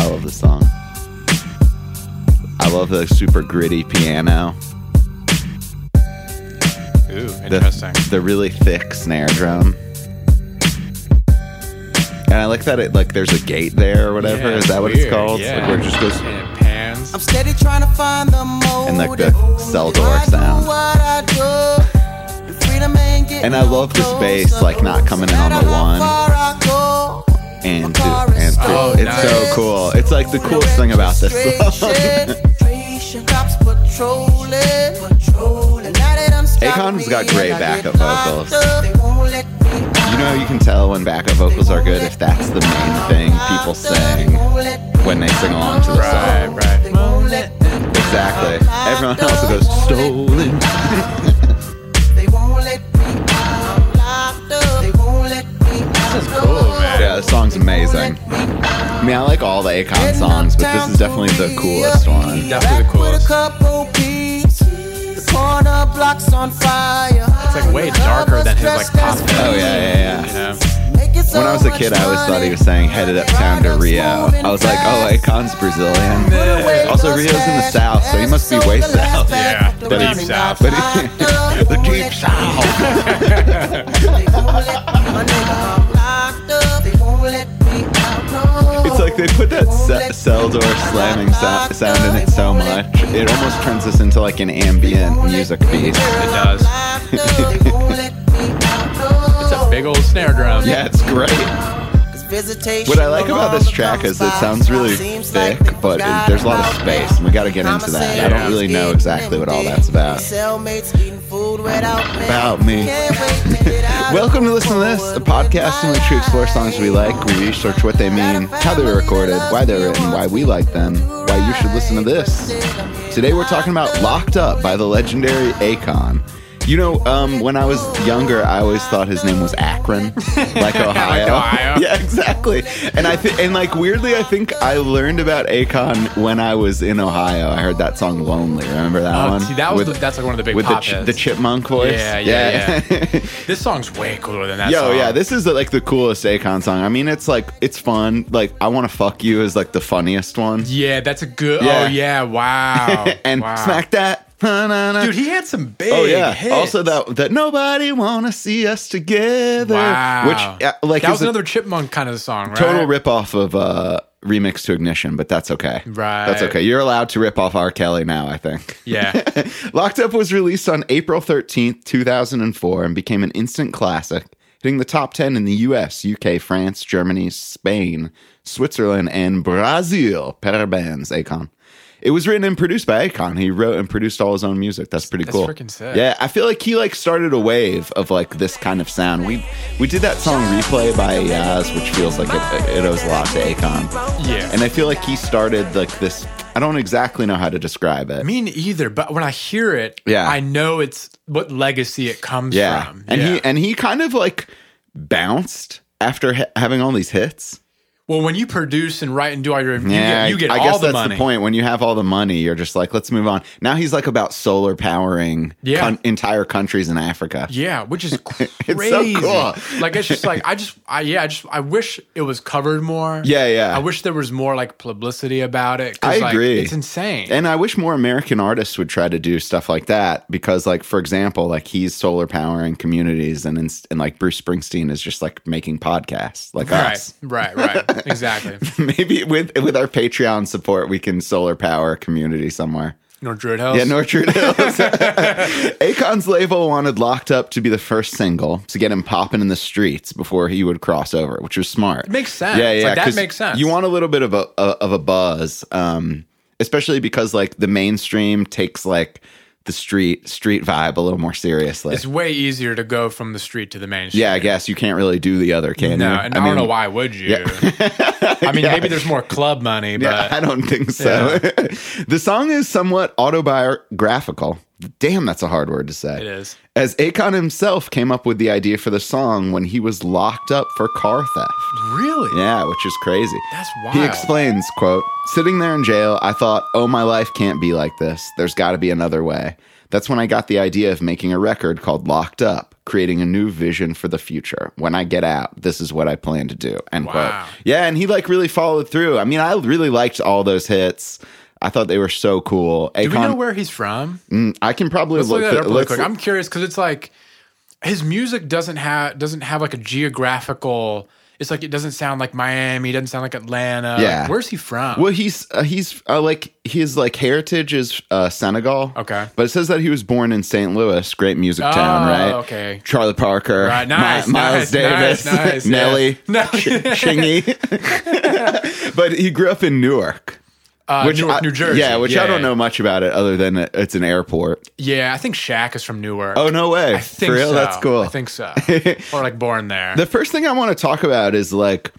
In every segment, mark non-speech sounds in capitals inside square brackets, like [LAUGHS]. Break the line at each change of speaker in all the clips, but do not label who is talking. love this song. I love the super gritty piano,
Ooh, interesting.
the, the really thick snare drum. And I like that it like there's a gate there or whatever.
Yeah,
Is that what it's
weird,
called?
Yeah.
Like where it just goes
And it pans.
I'm steady trying to find the mode.
and like the cell door
I do
sound.
what I do. The freedom ain't getting
And I love the
no
bass,
closer.
like, not coming in on the
Matter how
one.
far I go,
And two, and two.
Oh,
it's
nice.
so cool. It's like the coolest thing about this [LAUGHS] song.
Cops patrolling. And now they done stopped
Akon's
me
got great
and I get
backup vocals.
locked up. They won't let me
You know, how
out.
you can tell when backup vocals are good if that's the main thing people sing when they sing along to the
Right,
song.
right.
Exactly. Everyone else goes stolen.
They won't let me out. I'm locked up. They won't let me out.
This is cool, man.
Yeah, this song's amazing. I mean, I like all the Akon songs, but this is definitely the coolest one.
Definitely the
Back with
coolest.
a couple peeps. The corner blocks on fire. It's
like way darker than his, like, pop hits.
Oh yeah, yeah,
You
yeah.
know?
When I was a kid, I always thought he was saying "headed uptown to Rio." I was like, "Oh, Akon's Brazilian." Also, Rio's in the south, so he must be way south.
Yeah, the
deep
south.
But he- [LAUGHS] the deep south. It's like they put that ce- cell door slamming sou- sound in it so much, it almost turns this into like an ambient music piece.
It
[LAUGHS]
does. It's a big old snare drum.
Yeah, it's great. What I like about this track is it sounds really thick, but it, there's a lot of space, and we got to get into that. I don't really know exactly what all that's about.
About
About me. [LAUGHS] Welcome to Listen to This, a podcast in which we explore songs we like, we research what they mean, how they were recorded, why they were written, why we like them, why you should listen to this. Today we're talking about Locked Up by the legendary Akon. You know, um, when I was younger, I always thought his name was Akron,
[LAUGHS]
like Ohio. [LAUGHS]
Ohio.
yeah, exactly. And I th- and like weirdly, I think I learned about Akon when I was in Ohio. I heard that song "Lonely." Remember that
Oh,
one?
see, that was
With-
the, that's like one of the big
with the,
pop
ch-
hits.
the chipmunk voice.
Yeah, yeah,
[LAUGHS]
this song's way cooler than that.
Yo,
song.
yeah, this is like the coolest Akon song. I mean, it's like it's fun. Like I want to fuck you is like the funniest one.
Yeah, that's a good.
Yeah.
Oh yeah, wow.
[LAUGHS] and
wow.
smack that. na-na-na.
Dude, he had some big.
Oh yeah.
hits.
Also that that nobody wanna see us together.
Wow.
Which uh, like
that
is
was
a
another chipmunk kind of song, right?
total rip off of uh remix to ignition, but that's okay.
Right.
That's okay. You're allowed to rip off R. Kelly now, I think.
Yeah.
[LAUGHS] Locked Up was released on April 13th, 2004, and became an instant classic, hitting the top 10 in the US, UK, France, Germany, Spain, Switzerland, and Brazil. Parabéns, Akon. It was written and produced by Akon. He wrote and produced all his own music. That's pretty
That's
cool.
freaking sick.
Yeah, Uh, I feel like he like started a wave of like this kind of sound. We we did that song "Replay" by Yaz, which feels like it, it owes a lot to Akon.
Yeah.
And I feel like he started like this. I don't exactly know how to describe it.
Me neither, but when I hear it,
Yeah.
I know it's what legacy it comes
Yeah,
from.
and
Yeah.
he and he kind of like bounced after ha- having all these hits.
well, when you produce and write and do all your, you
yeah,
get, you get
I
all
guess
the
that's
money.
the point. When you have all the money, you're just like, let's move on. Now he's like about solar powering
Yeah.
entire countries in Africa.
Yeah,
[LAUGHS]
which is crazy.
so cool.
Like it's just like I just I yeah, I just I wish it was covered more.
Yeah, yeah.
I wish there was more like publicity about it. 'cause,
I
like,
agree.
it's insane.
And I wish more American artists would try to do stuff like that because, like, for example, like he's solar powering communities, and inst- and like Bruce Springsteen is just like making podcasts like
right,
us. [LAUGHS]
right, right. Exactly.
Maybe with with our Patreon support, we can solar power a community somewhere.
Nor Druid House.
Yeah, [LAUGHS]
[LAUGHS]
Nortrude Hills. Akon's label wanted Locked Up to be the first single to get him popping in the streets before he would cross over, which was smart. It
makes sense.
Yeah,
Like,
yeah.
that
'cause
makes sense.
You want a little bit of a, a of a buzz, um, especially because like the mainstream takes like the street street vibe a little more seriously.
It's way easier to go from the street to the main street.
yeah, I guess you can't really do the other, can
No,
you?
and I, don't know why would you? I mean, maybe there's more club money,
[LAUGHS]
but
Yeah, I don't think so. [LAUGHS] the song is somewhat autobiographical. Damn, that's a hard word to say.
it is.
As Akon himself came up with the idea for the song when he was locked up for car theft.
Really?
Yeah, which is crazy.
That's
He
wild.
explains, quote, sitting there in jail, I thought, oh, my life can't be like this. There's got to be another way. That's when I got the idea of making a record called Locked Up. creating a new vision for the future. When I get out, this is what I plan to do. End
Wow.
quote. Yeah, and he like really followed through. I mean, I really liked all those hits. I thought they were so cool.
Do we
Akon-
know where he's from?
Mm, I can probably
Let's look, that
it-
up really
let's-
quick. I'm curious because it's like his music doesn't have doesn't have like a geographical. It's like it doesn't sound like Miami. Doesn't sound like Atlanta.
Yeah.
where's he from?
Well, he's uh, he's uh, like his like heritage is uh, Senegal.
Okay.
but it says that he was born in St. Louis, great music town,
Oh,
right?
okay.
Charlie Parker,
Right, nice,
Mi- Miles
nice,
Davis,
nice,
[LAUGHS]
nice, [LAUGHS]
Nelly,
yeah. Nelly.
Chingy. [LAUGHS] but he grew up in Newark,
uh,
which
Newark,
I-
New Jersey.
Yeah, which I don't know much about it other than it- it's an airport.
Yeah, I think Shaq is from Newark.
Oh no way!
I think
For real,
so.
that's cool.
I think
[LAUGHS]
so. or like born there.
The first thing I want to talk about is like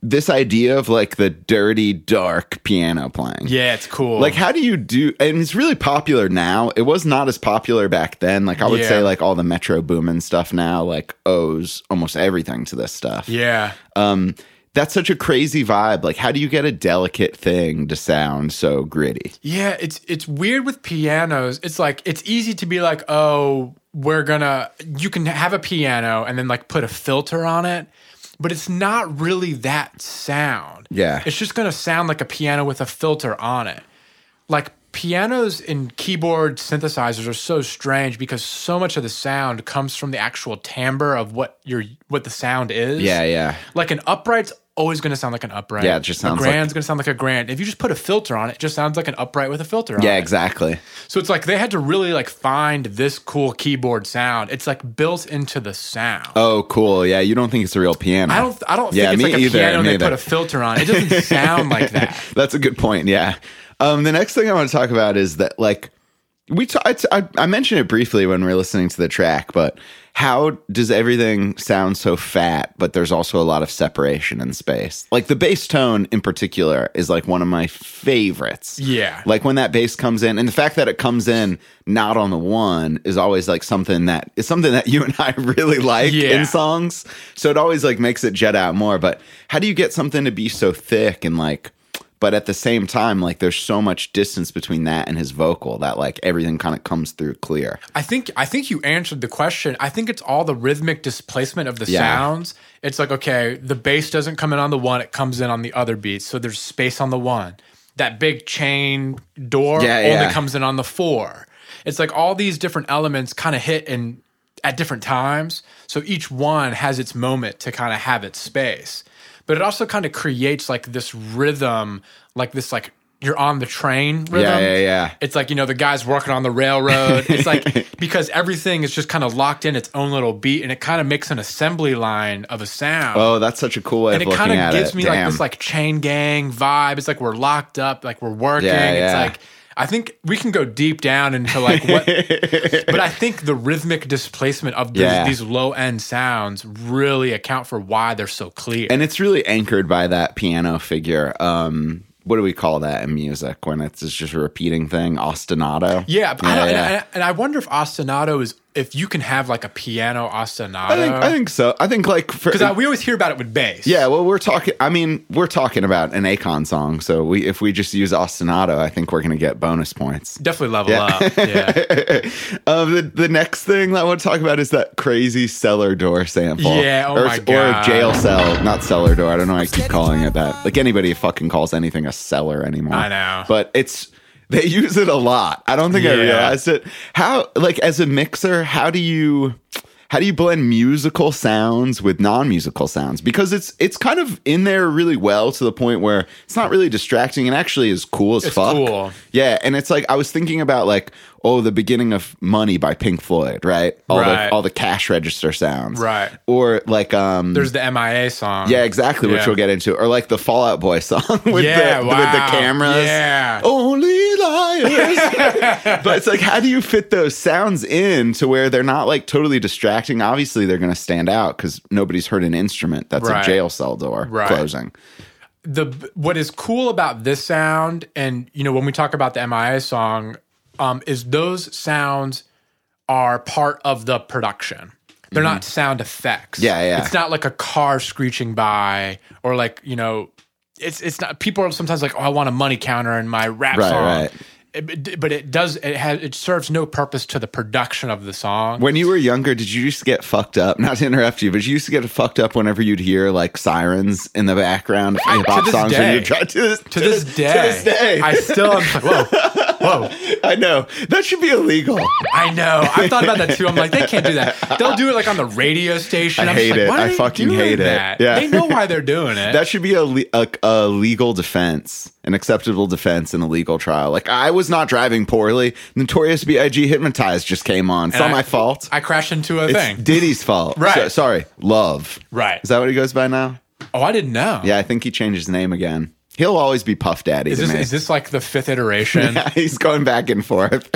this idea of like the dirty, dark piano playing.
yeah, it's cool.
Like, how do you do? And it's really popular now. It was not as popular back then. Like, I would
Yeah.
say, like all the Metro Boomin stuff now, like owes almost everything to this stuff.
yeah,
Um, that's such a crazy vibe. Like, how do you get a delicate thing to sound so gritty?
yeah. It's it's weird with pianos. It's like it's easy to be like, oh, we're gonna. You can have a piano and then like put a filter on it, but it's not really that sound.
Yeah.
it's just gonna sound like a piano with a filter on it. Like pianos and keyboard synthesizers are so strange because so much of the sound comes from the actual timbre of what your what the sound is.
Yeah, yeah.
Like an upright's always going to sound like an upright.
Yeah, it just sounds
a
like-
grand's going to sound like a grand. If you just put a filter on it, it just sounds like an upright with a filter on
Yeah,
it.
exactly.
So it's like they had to really like find this cool keyboard sound. It's like built into the sound.
Oh, cool. Yeah, you don't think it's a real piano.
I don't I don't
Yeah,
think it's
me
like a
either,
piano and
me
they
either.
put a filter on. It It
[LAUGHS]
doesn't sound like that.
That's a good point. Yeah. Um, the next thing I want to talk about is that, like, we ta- I, I I mentioned it briefly when we were listening to the track, but how does everything sound so fat? But there's also a lot of separation in space. Like the bass tone in particular is like one of my favorites.
Yeah.
Like when that bass comes in, and the fact that it comes in not on the one is always like something that is something that you [LAUGHS] and I really like
Yeah.
in songs. So it always like makes it jet out more. But how do you get something to be so thick and like, but at the same time, like there's so much distance between that and his vocal that like everything kind of comes through clear.
I think I think you answered the question. I think it's all the rhythmic displacement of the
Yeah.
sounds. It's like okay, the bass doesn't come in on the one; it comes in on the other beats. So there's space on the one. That big chain door
Yeah,
only
yeah.
comes in on the four. It's like all these different elements kind of hit in at different times. So each one has its moment to kind of have its space. But it also kind of creates like this rhythm, like this like you're on the train rhythm.
yeah, yeah.
It's like, you know, the guy's working on the railroad.
[LAUGHS]
It's like because everything is just kind of locked in its own little beat and it kind of makes an assembly line of a sound.
Oh, that's such a cool way
and
of
it kind
looking
of
at
gives
it.
me like
Damn.
this like chain gang vibe. It's like we're locked up, like we're working.
Yeah,
It's
yeah.
like I think we can go deep down into like
[LAUGHS]
what but I think the rhythmic displacement of these,
Yeah.
these low end sounds really account for why they're so clear.
and it's really anchored by that piano figure. Um, what do we call that in music when it's it's just a repeating thing? Ostinato.
yeah, but I
yeah.
don't,
yeah.
And, I, and I wonder if ostinato is if you can have like a piano ostinato.
I think I think so. I think like for
Because Uh, we always hear about it with bass.
yeah, well, we're talking. I mean, we're talking about an Akon song, so we if we just use ostinato, I think we're gonna get bonus points.
Definitely level
[LAUGHS]
up. Yeah.
Uh, the the next thing that I want to talk about is that crazy cellar door sample.
Yeah, oh
or,
my
or
God.
jail cell, not cellar door. I don't know. why I keep calling it that. Like anybody fucking calls anything a cellar anymore.
I know.
but it's. They [LAUGHS] use it a lot. I don't think I
Yeah.
realized it. How like as a mixer, how do you how do you blend musical sounds with non-musical sounds? Because it's it's kind of in there really well to the point where it's not really distracting and actually is cool as
It's
fuck.
cool.
Yeah, and it's like I was thinking about like oh the beginning of Money by Pink Floyd, right? All
Right.
the all the cash register sounds,
Right.
Or like um,
There's the MIA song.
yeah, exactly, which
Yeah.
we'll get into, or like the Fallout Boy [LAUGHS] song with,
Yeah,
the, with the
wow.
cameras,
Yeah.
only
[LAUGHS]
liars. but it's like how do you fit those sounds in to where they're not like totally distracting? Obviously, they're going to stand out because nobody's heard an instrument that's
Right.
a jail cell door
Right.
closing.
The what is cool about this sound, and you know, when we talk about the MIA song, um, is those sounds are part of the production. They're not sound effects.
Mm-hmm. Yeah, yeah.
It's not like a car screeching by or like, you know, it's it's not people are sometimes like, oh, I want a money counter in my rap
Right,
song.
right.
it- but it does it has it serves no purpose to the production of the song.
When you were younger, did you used to get fucked up? [LAUGHS] Not to interrupt you, but you used to get fucked up whenever you'd hear like sirens in the background of hip hop
this
songs. when
day.
you try, to this,
to this day,
to this day.
I still am. Whoa, whoa!
[LAUGHS] I know that should be illegal.
I know. I've thought about that too. I'm like, they can't do that. They'll do it like on the radio station.
I
I'm just
hate
like,
it.
why are
I
they
fucking
doing
hate it.
that?
Yeah.
they know why they're doing it.
That should be a, le- a, a legal defense, an acceptable defense in a legal trial. Like I was not driving poorly. Notorious B.I.G. Hypnotized just came on. It's
And
not
I-
my fault.
I crashed into a
it's
thing.
Diddy's fault.
Right.
So- sorry. Love.
Right.
Is that what he goes by now?
oh, I didn't know.
Yeah, I think he changed his name again. He'll always be Puff Daddy
Is
to
this
me.
is this like the fifth iteration?
[LAUGHS] He's going back and forth.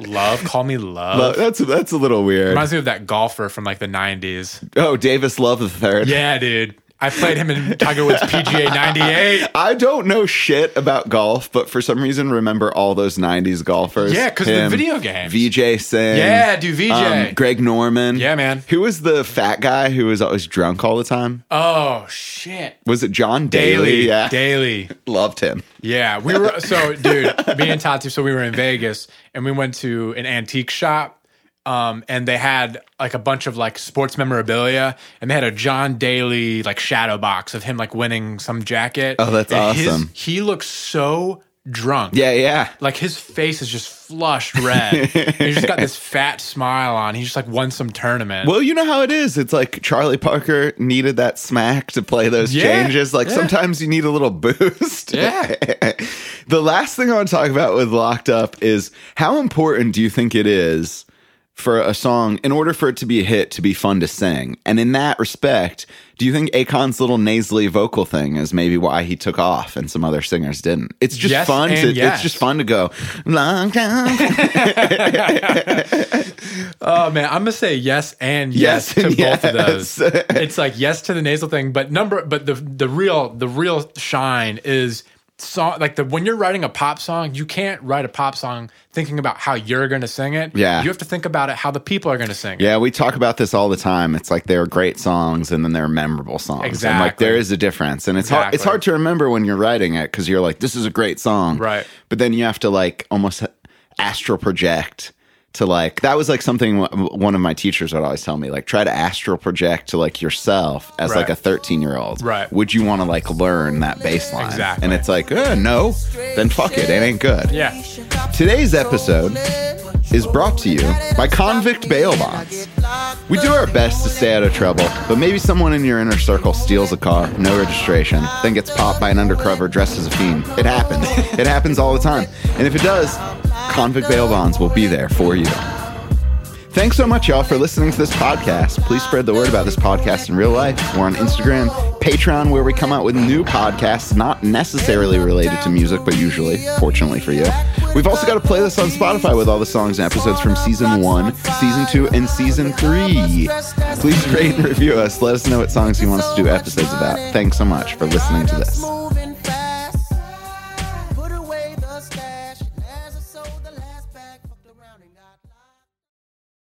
Love, call me love.
But that's that's a little weird.
Reminds me of that golfer from like the '90s.
Oh, Davis Love the third.
Yeah, dudude. I played him in Tiger Woods PGA '98.
I don't know shit about golf, but for some reason remember all those '90s golfers.
Yeah, 'cause the
Him,
video games.
VJ Singh. um,
Yeah, dude, VJ.
Greg Norman.
Yeah, man.
Who was the fat guy who was always drunk all the time?
Oh shit.
Was it John Daly?
Daily,
Yeah,
daily.
loved him.
Yeah, we were so dude, me and Tati. So we were in Vegas and we went to an antique shop, um, and they had like a bunch of like sports memorabilia, and they had a John Daly like shadow box of him like winning some jacket.
Oh, that's
And his-
awesome.
he looks so drunk.
Yeah, yeah.
Like his face is just
[LAUGHS]
flushed red. and he's just got this fat smile on. He just like won some tournament.
Well, you know how it is. It's like Charlie Parker needed that smack to play those
Yeah,
changes. Like
yeah.
sometimes you need a little boost.
Yeah.
[LAUGHS] the last thing I want to talk about with Locked Up is how important do you think it is for a song in order for it to be a hit to be fun to sing? And in that respect, do you think Akon's little nasally vocal thing is maybe why he took off and some other singers didn't? It's just
Yes
fun
and
to it's
yes.
just fun to go locked up.
Oh man, I'm gonna say yes and yes,
Yes and
to both of
yes.
those.
[LAUGHS]
it's like yes to the nasal thing, but number, but the the real the real shine is song like the when you're writing a pop song, you can't write a pop song thinking about how you're gonna sing it.
Yeah.
you have to think about it how the people are gonna sing it.
Yeah, we talk about this all the time. It's like there are great songs and then there are memorable songs. And like
Exactly.
there is a difference. And it's hard it's
Exactly.
hard to remember when you're writing it because you're like, this is a great song.
Right.
But then you have to like almost astral project to like that was like something w- one of my teachers would always tell me like try to astral project to like yourself as
Right.
like a 13 year old
Right.
would you want to like learn that bass line
Exactly.
and it's like eh, no then fuck it it ain't good
Yeah,
today's episode is brought to you by convict bail bonds we do our best to stay out of trouble, but maybe someone in your inner circle steals a car, no registration, then gets popped by an undercover dressed as a fiend. It happens. It happens all the time. And if it does, Convict Bail Bonds will be there for you. Thanks so much, y'all, for listening to this podcast. Please spread the word about this podcast in real life. We're on Instagram, Patreon, where we come out with new podcasts, not necessarily related to music, but usually, fortunately for you. We've also got a playlist on Spotify with all the songs and episodes from season one, season two, and season three. Please rate and review us. Let us know what songs you want us to do episodes about. Thanks so much for listening to this.